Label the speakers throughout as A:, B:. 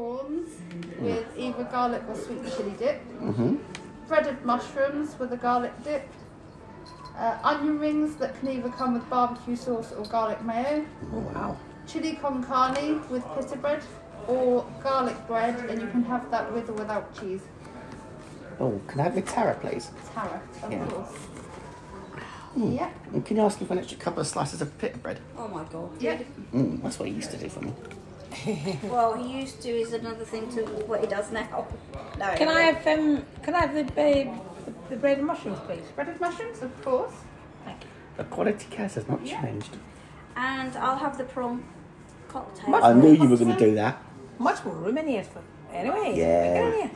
A: prawns
B: Mm.
A: with either garlic or sweet chili dip,
B: Mm-hmm.
A: breaded mushrooms with a garlic dip, uh, onion rings that can either come with barbecue sauce or garlic mayo,
B: Oh, wow.
A: chili con carne with pita bread or garlic bread, and you can have that with or without cheese.
B: Oh, can I have a tara, please?
A: Tara, of
B: Yeah.
A: course. Yep,
B: And can you ask me for an extra couple of slices of pita bread?
C: Oh my god.
A: yep.
B: Mm, that's what he used to do for me.
C: Well, he used to is another thing to what he does now. No.
D: Can I have um? Can I have the ba- the bread and mushrooms, please?
A: Breaded mushrooms, of course.
D: Thank you.
B: The quality case has not
A: Yeah.
B: changed.
C: And I'll have the prawn cocktail.
D: Must-
B: I knew you were going to do that.
D: Much more room in here for. Anyway.
B: Yeah.
D: Bigger in here.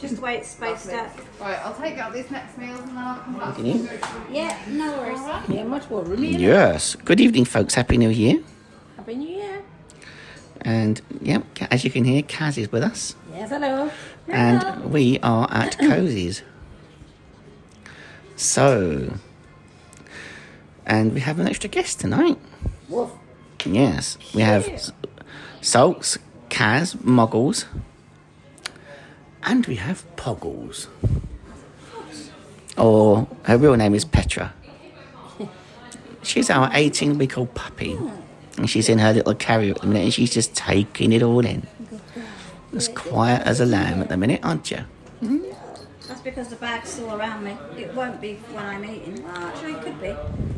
C: Just the way it's spaced out.
A: Right, I'll take out these next meals and then I'll come back.
B: Can you?
C: Yeah, no worries.
D: Yeah, much more room in here.
B: Yes. Good evening, folks. Happy New Year.
D: Happy New Year.
B: And yeah, ca- as you can hear, Kaz is with us,
D: Yes, hello.
B: and we are at Cozy's. So, and we have an extra guest tonight.
D: Woof.
B: Yes, we have S- Salts, Kaz, Muggles, and we have Poggles. Or her real name is Petra. She's our 18 week old puppy, and she's in her little carrier at the minute, and she's just taking it all in. As quiet as a lamb at the minute, aren't you?
C: That's because the bag's still around me. It won't be when I'm eating. Well, actually, it could be.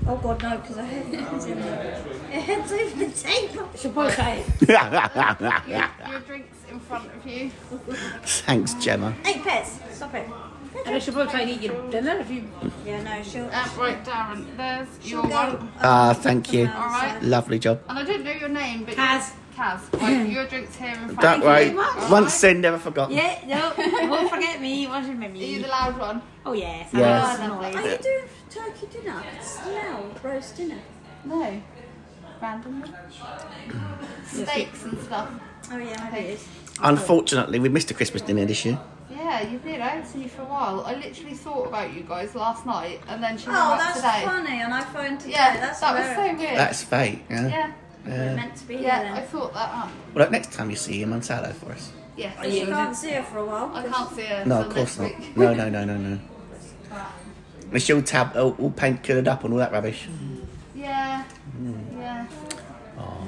C: Oh god, no, because I head's in the, it head's over the table.
D: It's your boy, Kai.
A: Your, your drinks in front of you.
B: Thanks, Gemma.
C: Hey, Pez, stop it.
D: And it's your boy, Kai, eat your dinner if you.
C: Yeah, no, she'll.
D: Ah,
A: Uh, right, Darren, there's
C: she'll
A: your one.
B: Ah, thank you.
C: somewhere else,
A: Alright.
B: Lovely job.
A: And I don't know your name, but
D: Kaz.
A: Kaz. Right, your drink's here in front
B: Don't
A: of you.
B: worry.
A: Alright?
B: Once said, never forgotten.
D: Yeah, no, don't forget me. You won't remember
A: Are you
D: me.
A: the loud one?
D: Oh, yes.
B: Yes.
D: I know the
C: so.
D: noise.
C: Are you doing turkey dinner? It's now roast dinner.
A: No. Randomly. Steaks and stuff.
C: Oh yeah, maybe it is.
B: Unfortunately, we missed a Christmas dinner this year.
A: Yeah, you did. I haven't seen you for a while. I literally thought about you guys last night and then she
C: Oh,
A: came up
C: that's
A: today.
C: funny. And I phoned today.
A: Yeah,
C: that's
A: that was
C: rare.
A: so weird.
B: That's fate. Yeah.
A: yeah.
C: We're meant to be here
A: Yeah,
C: then.
A: I thought that up.
B: Well, like, next time you see him, Monsanto for us.
A: Yes.
C: But you can't see her for a while.
A: I
C: 'cause-
A: can't see her.
B: No,
A: till
B: of course not.
A: next week.
B: No, no, no, no, no. And she'll tab all, all paint coloured up and all that rubbish.
A: Yeah. Yeah.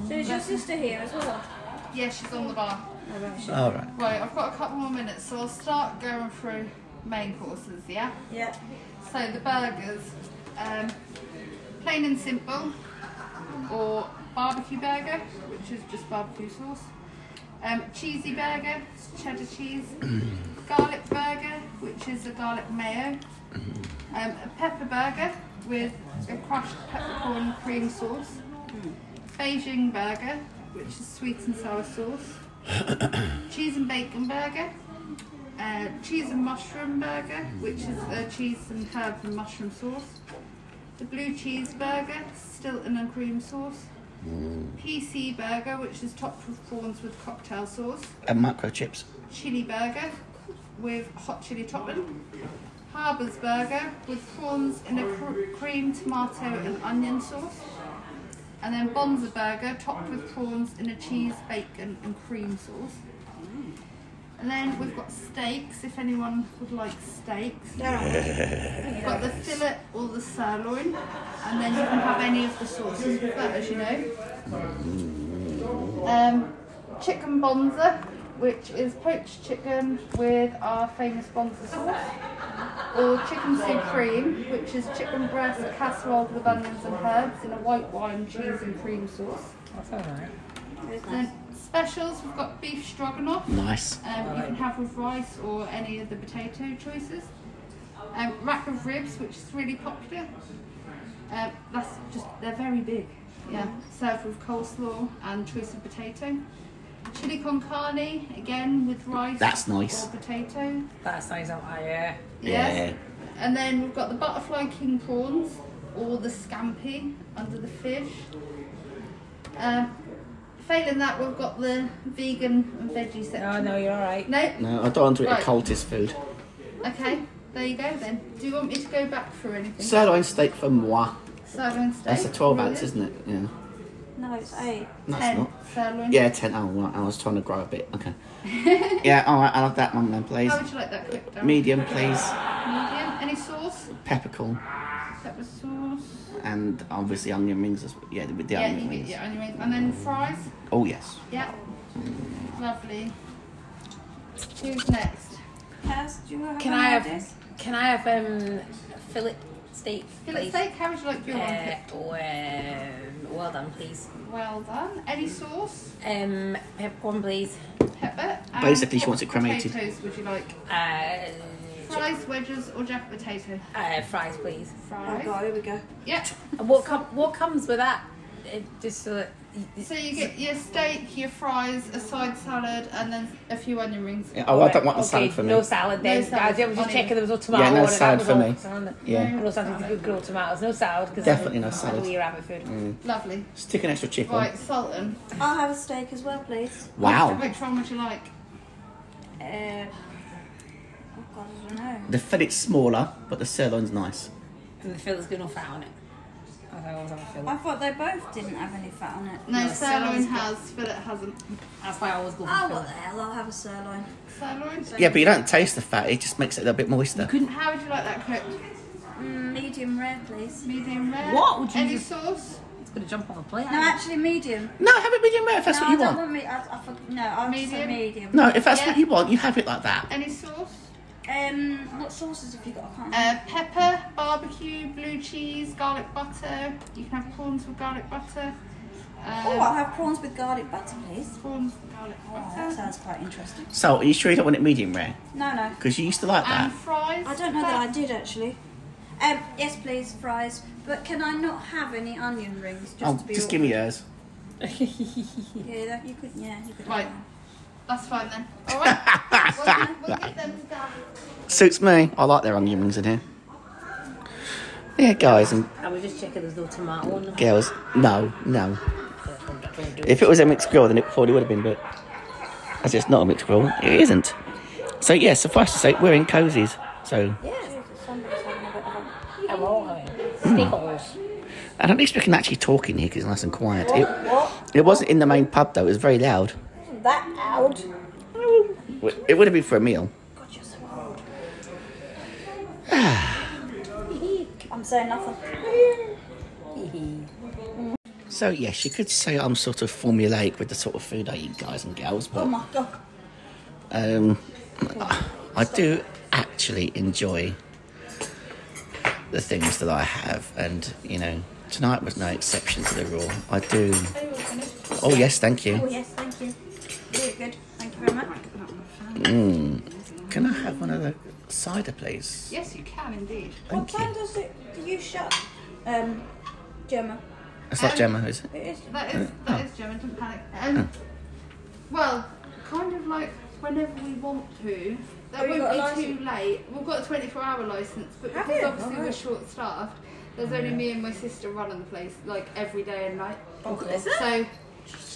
C: So is your sister here as well?
A: Yeah, she's on the bar.
C: Oh, right, she-
B: All right.
A: Right, I've got a couple more minutes, so I'll start going through main courses, yeah?
C: Yeah.
A: So the burgers, um, plain and simple, or barbecue burger, which is just barbecue sauce. Um, cheesy burger, cheddar cheese. garlic burger, which is a garlic mayo. Um, a pepper burger with a crushed peppercorn cream sauce. Beijing burger, which is sweet and sour sauce. cheese and bacon burger, uh, cheese and mushroom burger, which is a cheese and herb and mushroom sauce. The blue cheese burger, Stilton and cream sauce. PC burger, which is topped with prawns with cocktail sauce.
B: And microchips.
A: Chili burger with hot chili topping. Harbour's burger with prawns in a cr- cream, tomato, and onion sauce. And then Bonza burger topped with prawns in a cheese, bacon, and cream sauce. And then we've got steaks, if anyone would like steaks. We've got the fillet or the sirloin, and then you can have any of the sauces with that, as you know. Um, chicken bonza, which is poached chicken with our famous bonza sauce, or chicken supreme, which is chicken breast casserole with onions and herbs in a white wine, cheese, and cream sauce.
D: That's all right.
C: It's
A: And
C: nice.
A: then specials, we've got beef stroganoff.
B: Nice.
A: Um, you can have with rice or any of the potato choices. Um, rack of ribs, which is really popular. Um, that's just they're very big. Yeah, served with coleslaw and choice of potato. Chili con carne, again with rice.
B: That's nice.
A: Or potato.
D: That's nice, aren't I? Yeah.
A: Yeah. And then we've got the butterfly king prawns or the scampi under the fish. Um, failing that, we've got the vegan and veggie section.
E: Oh,
D: No, no, you're all right.
A: No,
B: No, I don't want to eat
A: Right.
B: the cultist food.
A: Okay, there you go then. Do you want me to go back for anything?
B: Sirloin steak for moi.
A: Sirloin steak.
B: That's a 12 ounce,
A: brilliant.
B: isn't it? Yeah.
C: No, it's eight.
B: That's
A: Ten
B: not.
A: sirloin.
B: Yeah, ten. Oh, right. I was trying to grow a bit. Okay. yeah. All right. I love that one then, please.
A: How would you like that cooked down?
B: Medium, please.
A: Medium. Any sauce?
B: Peppercorn
A: Pepper sauce.
B: and obviously onion rings. As well. Yeah, with the
A: Yeah,
B: onion
A: you
B: rings.
A: get your onion rings. And then fries.
B: Oh yes.
A: Yeah. Lovely. Who's next?
C: Has, do you have
E: Can
C: any
E: I have-
C: ideas?
E: Can I have um fillet steak?
A: Fillet
E: please?
A: steak. How would you like your one
E: Uh,
A: cooked?
E: well, well done, please.
A: Well done. Any sauce?
E: Um, peppercorn, please.
A: Pepper. And
B: Basically, she
A: what
B: wants it cremated.
A: Potatoes would you like?
E: Uh,
A: Fries, wedges, or jack potato?
E: uh, fries, please.
C: Oh
A: Fries.
C: god, here we go.
A: Yep.
E: What com- What comes with that? Uh, just so that.
A: So you get your steak, your fries, a side salad, and then a few onion rings.
B: Yeah, oh, I don't want the
E: okay,
B: salad for me.
E: No salad
A: No
E: then.
A: salad.
E: I was just
A: Only-
E: checking there was no tomato
B: Yeah, no
E: on it.
B: salad
E: that was
B: for
E: all
B: me.
E: salad.
B: Yeah.
E: No salad. You could grow tomatoes. No salad because
B: Definitely no
E: I
B: salad. Mm.
E: don't eat rabbit food.
A: Lovely.
B: Stick an extra chick
A: Right,
B: on.
A: Sultan.
C: I'll have a steak as well, please.
B: Wow.
A: Which one would you like?
C: Uh, oh god, I don't know.
B: The fillet's smaller, but the sirloin's nice.
E: And the fillet's got no fat on it. I don't always have a fillet.
C: I thought they both didn't have any fat on it.
A: No,
E: No,
A: sirloin
E: sirloin's
A: has, but it hasn't.
E: That's why I always go for
C: Oh,
E: fillet.
C: what the hell, I'll have a sirloin.
A: Sirloin?
B: Yeah, but you don't taste the fat. It just makes it a little bit moister.
A: How would you like that cooked?
C: Mm, medium rare, please.
A: Medium rare?
E: What would you
A: Any
E: do?
A: sauce?
E: It's going to jump off a plate.
C: No, actually, medium.
B: No, have it medium rare if that's
C: no,
B: what you
C: I don't
B: want.
C: want me. I, I, for- no, I'll medium. say medium.
B: No, if that's
A: Yeah.
B: what you want, you have it like that.
A: Any sauce?
C: Um, what sauces have you got? I can't remember.
A: Uh, pepper, barbecue, blue cheese, garlic butter. You can have prawns with garlic butter. Um,
C: oh, I'll have prawns with garlic butter, please.
A: Prawns with garlic
C: Oh,
A: butter.
C: that sounds quite interesting.
B: So, are you sure you don't want it medium rare?
C: No, no.
B: Because you used to like that.
A: And fries.
C: I don't know that I did actually. Um, yes, please, fries. But can I not have any onion rings? Just
B: oh,
C: to be
B: just give me yours.
C: Yeah, that- you could. Yeah, you could. have
A: Right.
C: that.
A: That's fine then. All right. we'll, get- we'll get them to garlic.
B: Suits me. I like their onion rings in here. Yeah, guys and
E: I was just checking there's no tomato on them.
B: girls. No, no.
E: Don't- don't do it.
B: If it was a mixed grill, then it probably would have been, but as it's not a mixed grill, it isn't. So, yeah, suffice to say, we're in cozies. So,
E: I'm all having Snickles.
B: and at least we can actually talk in here because it's nice and quiet. It, it wasn't in the main pub though; it was very loud.
E: That out.
B: It would have been for a meal.
C: I'm saying nothing.
B: So yes, you could say I'm sort of formulaic with the sort of food I eat, guys and girls,
C: Oh
B: but
C: my god.
B: um, I do actually enjoy the things that I have, and you know, tonight was no exception to the rule. I do. Oh yes, thank
C: Oh
B: you.
C: yes, thank you. Very good. Thank you very much.
B: Can I have one of the cider, please?
A: Yes, you can indeed.
C: What
B: Thank
C: time
B: you.
C: does it? Do you shut? Um, Gemma.
B: It's not Gemma, is it?
C: It is.
A: That is that is German. Don't panic. Um, well, kind of like whenever we want to. That
C: Have you got a
A: won't be
C: licence?
A: too late. We've got a 24-hour license, but
C: Have
A: because
C: you?
A: obviously we're
C: Alright.
A: short-staffed, there's only me and my sister running the place like every day and night.
C: Okay.
A: So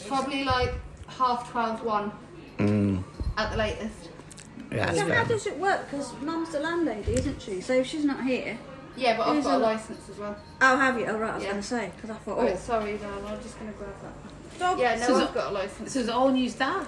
A: probably like half 12, one at the latest.
B: Mm, Yeah, that's
C: So how
B: fair.
C: does it work? Because Mum's the landlady, isn't she? So if she's not here,
A: Yeah, but I've
C: Who's
A: got a
C: on?
A: license as well.
C: I'll have you. Oh right, I was
A: Yeah.
C: going to say because I thought.
A: Oh,
C: Oh,
A: sorry, darling. I'm just gonna grab that.
C: dog.
A: Yeah, no,
E: Susan-
A: I've got a license.
E: So it's all new staff?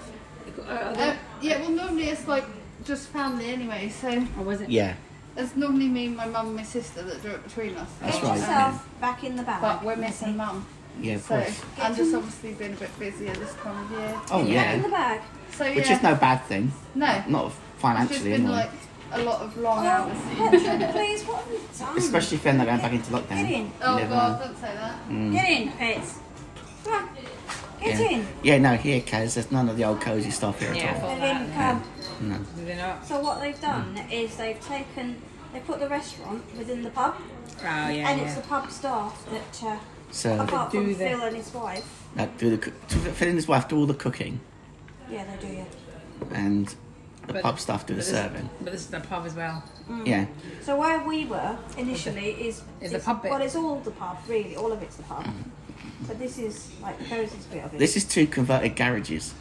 E: Are they-
A: Uh, yeah, well, normally it's like just family anyway, so
E: Or was it?
B: Yeah,
A: it's normally me, my mum, and my sister that do it between us.
B: that's
C: Get
B: right. yeah.
C: yourself back in the bag.
A: But we're missing mum,
B: Yeah, of
A: so
B: course.
A: and just obviously been a bit busier this time of year.
B: Oh
C: In the
B: yeah,
C: bag.
A: So yeah,
B: which is no bad thing.
A: no,
B: Not
A: it's just
B: financially,
A: been
B: anyway.
A: like a lot of long hours.
C: Oh, Petra, please, what have you done?
B: especially if they're not going back into
C: mm. Get
B: lockdown.
C: in.
A: Oh
B: Never
A: god,
B: mind. Mm.
A: don't say that.
C: Get in, Pets. Come on. Get
B: yeah. Oh,
C: in.
B: Yeah, no, here, Kaz, there's none of the old cozy stuff here
E: Yeah, I
B: at all.
E: thought
C: Get
E: that.
C: in, come.
E: Did they not?
C: So what they've done is they've taken, they put the restaurant within the pub,
E: Oh, yeah.
C: and
E: yeah.
C: it's the pub staff that, uh,
B: So,
C: apart
E: do
C: from
E: the-
C: Phil and his wife,
B: like, do the cook- to- Phil and his wife do all the cooking,
C: yeah, they do, yeah.
B: and the
E: But-
B: pub staff do the
E: But this-
B: serving.
E: But this is Mm. the pub as well.
B: Yeah,
C: So where we were initially is
E: Is the pub bit.
C: Well, it's all the pub, really. All of it's the pub. But this is like the coziest bit of it.
B: this is two converted garages.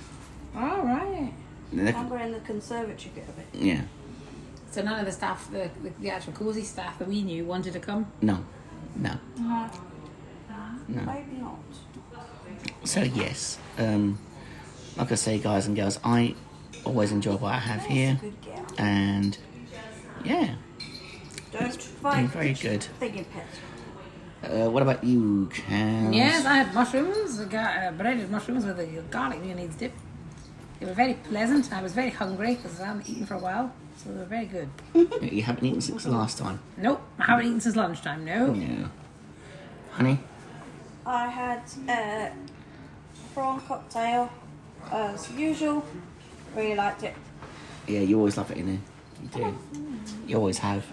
E: All right.
B: And they're-
C: and we're in the conservatory bit of it.
B: Yeah,
E: So none of the staff, the, the, the actual cosy staff that we knew, wanted to come.
B: no, no.
C: No,
B: No.
C: maybe not.
B: So yes, um, like I say, guys and girls, I always enjoy what I have here,
C: Good girl.
B: and yeah,
C: Don't fight.
B: very good.
C: Thinking pets.
B: Uh, what about you, Cam?
E: Yes, I had mushrooms. I got uh, breaded mushrooms with a garlic mayonnaise dip. They were very pleasant. I was very hungry because I hadn't eaten for a while, so they were very good.
B: You haven't eaten since the last time.
E: Nope, I haven't eaten since lunchtime. No.
B: Yeah. Honey?
C: I had uh, prawn cocktail as usual. Really liked it.
B: Yeah, you always love it in there. You do. You always have.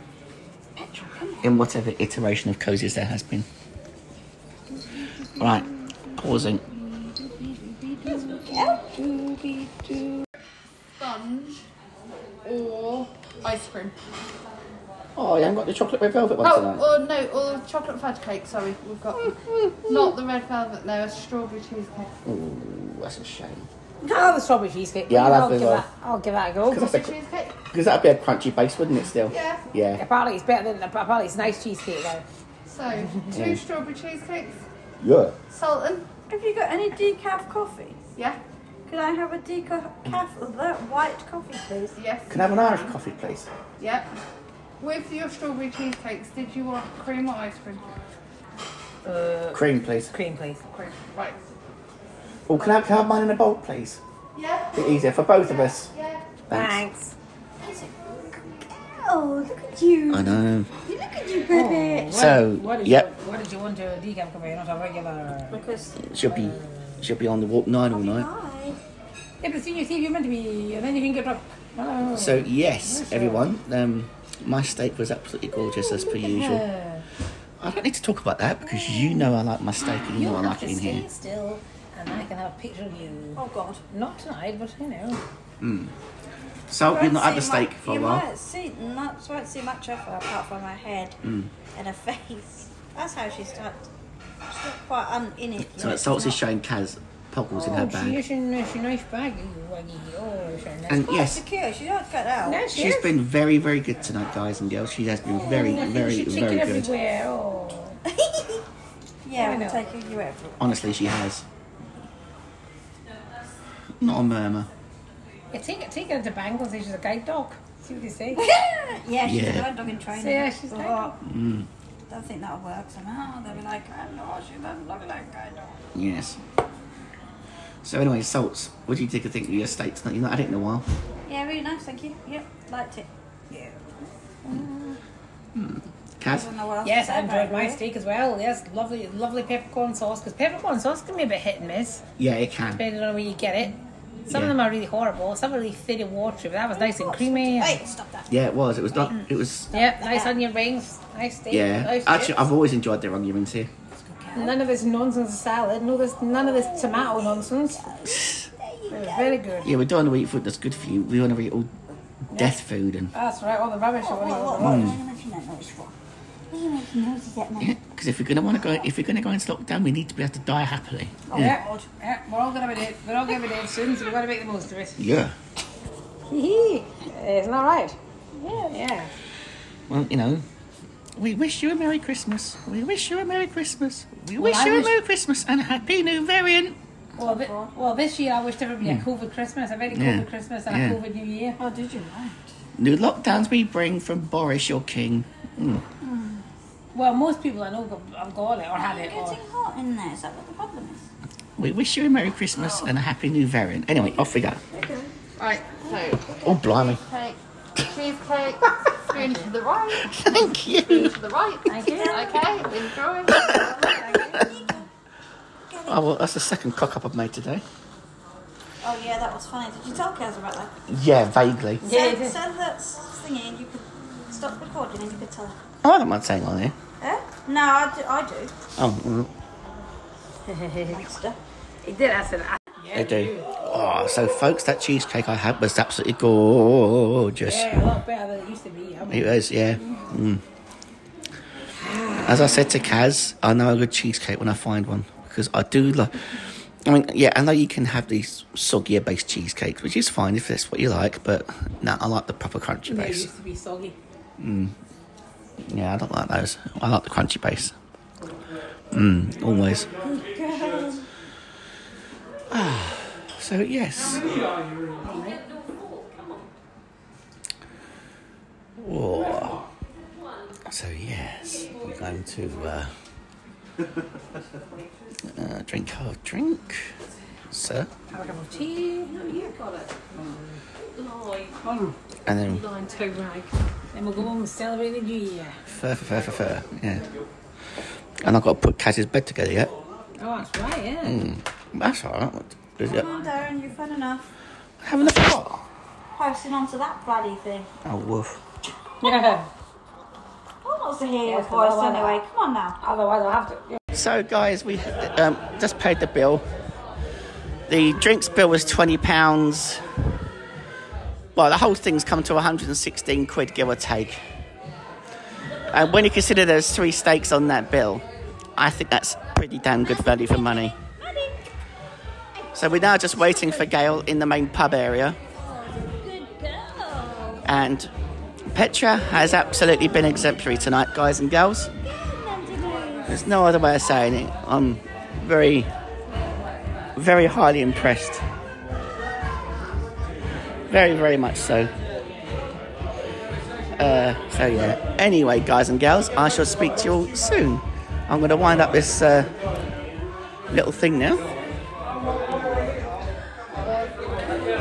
C: Petra, come on.
B: In whatever iteration of cozies there has been. Right, pausing.
A: sponge or ice cream.
B: Oh, you haven't got the chocolate red velvet one
A: Oh, or no, or chocolate fudge cake. Sorry, we've got not the red velvet. No, a strawberry cheesecake.
B: Ooh, that's a shame.
E: Oh, the strawberry cheesecake.
B: Yeah, I'll have
E: give
B: those
E: that.
B: off.
E: I'll give that Oh, a go.
B: Because
A: Strawberry cheesecake.
B: that'd be a crunchy base, wouldn't it, still?
A: Yeah.
B: Yeah.
E: Apparently, it's better than apparently it's nice cheesecake though.
A: So two strawberry cheesecakes.
B: Yeah.
A: Sultan.
C: Have you got any decaf coffee?
A: Yeah.
C: Could I have a decaf of that white coffee, please?
A: Yes.
B: Can I have an Irish coffee, please?
A: Yep. With your strawberry cheesecakes, did you want cream or ice cream?
B: Cream, please.
E: Cream, please.
A: Cream. Right.
B: Oh, can I, have, can I have mine in a bowl, please?
A: Yeah.
B: bit easier for both of us.
A: Yeah.
E: Thanks.
C: Oh, look at you.
B: I know.
C: Look at you, baby.
E: What-
B: So,
E: what did
B: yep.
E: You, what did you want to decaf coffee, not a regular?
C: Because,
B: She'll be, she'll be on the walk nine all night.
C: hi.
E: Yeah, but see, you see, you're meant to be, and then you can get Oh. up. Hello.
B: So yes, everyone, um, my steak was absolutely gorgeous as per usual.
E: Uh,
B: I don't need to talk about that because you know I like my steak and you
E: you
B: know I
E: have
B: like
E: to
B: it in
E: stay
B: here.
E: still, and I can have a picture of you.
C: Oh, God.
E: Not tonight, but you know.
B: So Oh, you've not had the
C: Won't see
B: steak
C: much-
B: for a
C: you
B: while.
C: Won't see, not, won't see much of her apart from her head
B: Mm.
C: and her face. That's how she starts. She's not quite un- in it.
B: So
C: yet.
B: it salts is
C: She's not-
B: showing Kaz pockles in her
E: Oh, She,
B: bag,
E: she, she nice bag. you waggy. Oh, she nice.
B: and
C: Quite
B: yes,
C: secure. She don't cut out.
E: no, she
B: she's
E: is. Oh,
B: been very, very good tonight, guys and girls. She has been very,
E: I think
B: very,
E: she took it
B: very good.
E: everywhere. Oh.
C: yeah,
E: I
C: we'll
E: know.
C: take you out for
B: Honestly, she has. Not a murmur.
E: Yeah, take it, take her to Bangor. Say she's a guide dog. See what they say.
C: Yeah,
B: Yeah.
C: she's
B: Mm.
C: a hound dog in training.
E: So, yeah, she's like-
C: Oh, don't think that'll work somehow. They'll be like, oh, no, she doesn't look like a guide dog.
B: Yes. So anyway, salts. What do you think of think of your steak tonight? You've not had it in a while.
C: Yeah, really nice, thank you. Yep, liked it. Yeah. I
B: Kaz.
C: don't know what else
E: Yes,
C: to say
E: I enjoyed
C: about
E: my
C: it.
E: steak as well. Yes, lovely, lovely peppercorn sauce. Because peppercorn sauce can be a bit hit and miss,
B: Yeah, it can.
E: depending on where you get it.
B: Yeah.
E: Some of them are really horrible. Some are really thin and watery, but that was nice and creamy.
C: Hey, stop that.
B: Yeah, it was. It was not. It was.
E: Yeah, nice onion rings, nice steak.
B: Yeah.
E: nice
B: Actually,
E: chips.
B: I've always enjoyed their onions here.
E: none of this nonsense salad. No, this none of this tomato nonsense. It was very good.
B: Yeah, we don't want to eat food that's good for you. We want to eat all death food and
E: That's right. All the rubbish.
C: What,
E: over
C: what,
E: there.
C: what, what? Why are you making that noise for? Why are you making noises at me?
B: because if we're gonna want to go, if we're gonna go into lockdown, we need to be able to die happily.
E: Yeah. Oh, yeah, we're all gonna be dead. We're all gonna be dead soon, so we've got to make the most of it.
B: Yeah.
E: Isn't that right? Yeah, yeah.
B: Well, you know, we wish you a merry Christmas. We wish you a merry Christmas. We
E: Well,
B: wish
E: I
B: you
E: wish-
B: a merry Christmas and a happy new variant.
E: Well, thi- well, this year I wished everybody a COVID Christmas, a very COVID
B: Yeah.
E: Christmas, and
B: Yeah.
E: a COVID New Year.
C: Oh, did you?
B: New lockdowns we bring from Boris your king. Hmm.
E: Well, most people I know got- have got it or had it. Or,
C: Getting hot in there. Is that what the problem is?
B: We wish you a merry Christmas and a happy new variant. Anyway, off we go.
A: Right. So
B: Oh blimey!
A: cake, cheesecake, spoon to the right,
B: Thank you.
A: spoon to the right. Thank you. Okay. Enjoy.
B: Oh well, that's the second cock up I've made today.
C: Oh, yeah, that was funny. Did you tell Kaz about that?
B: Yeah, vaguely.
E: Yeah,
C: Send,
E: it is.
C: send that thingy and you could stop recording and you could tell her.
B: Oh, I don't mind saying on here.
C: Eh? No, I do. I do.
B: Oh, mm,
C: Monster.
E: He did. I said, I,
B: they do. Oh, so folks, that cheesecake I had was absolutely gorgeous.
E: yeah, a lot better than it used to be. I mean,
B: It was, yeah. Mm. As I said to Kaz, I know a good cheesecake when I find one because I do like. I mean, yeah, I know you can have these soggy based cheesecakes, which is fine if that's what you like, but no, I like the proper crunchy
E: it
B: base.
E: used to be soggy.
B: Yeah, I don't like those. I like the crunchy base. Mm, always. So yes. Oh. So yes, we're going to uh, uh, drink our drink, sir,
E: Have a cup of tea.
F: No, you've got it. Lie,
B: and then
F: line toe rag.
E: Then we'll go home and celebrate the new year.
B: fur, fur, fur, fur, fur. Yeah. And I've got to put Kaz's bed together yet.
E: Oh, that's right, yeah.
B: That's all right. Is it?
C: Come on, Darren, you've had enough.
B: Having a pot.
C: Posting onto that bloody thing.
B: Oh, woof.
E: Yeah.
C: Oh, I want to hear your
E: Yes,
C: voice
E: well, I-
C: anyway. Come on now.
E: Otherwise, I'll have to.
B: So, guys, we um, just paid the bill. The drinks bill was twenty pounds. Well, the whole thing's come to one hundred and sixteen quid, give or take. And when you consider there's three steaks on that bill, I think that's pretty damn good value for money. So we're now just waiting for Gail in the main pub area. And Petra has absolutely been exemplary tonight, guys and girls. There's no other way of saying it. I'm very, very highly impressed. Very, very much so. Uh, so, yeah. Anyway, guys and girls, I shall speak to you all soon. I'm going to wind up this uh, little thing now.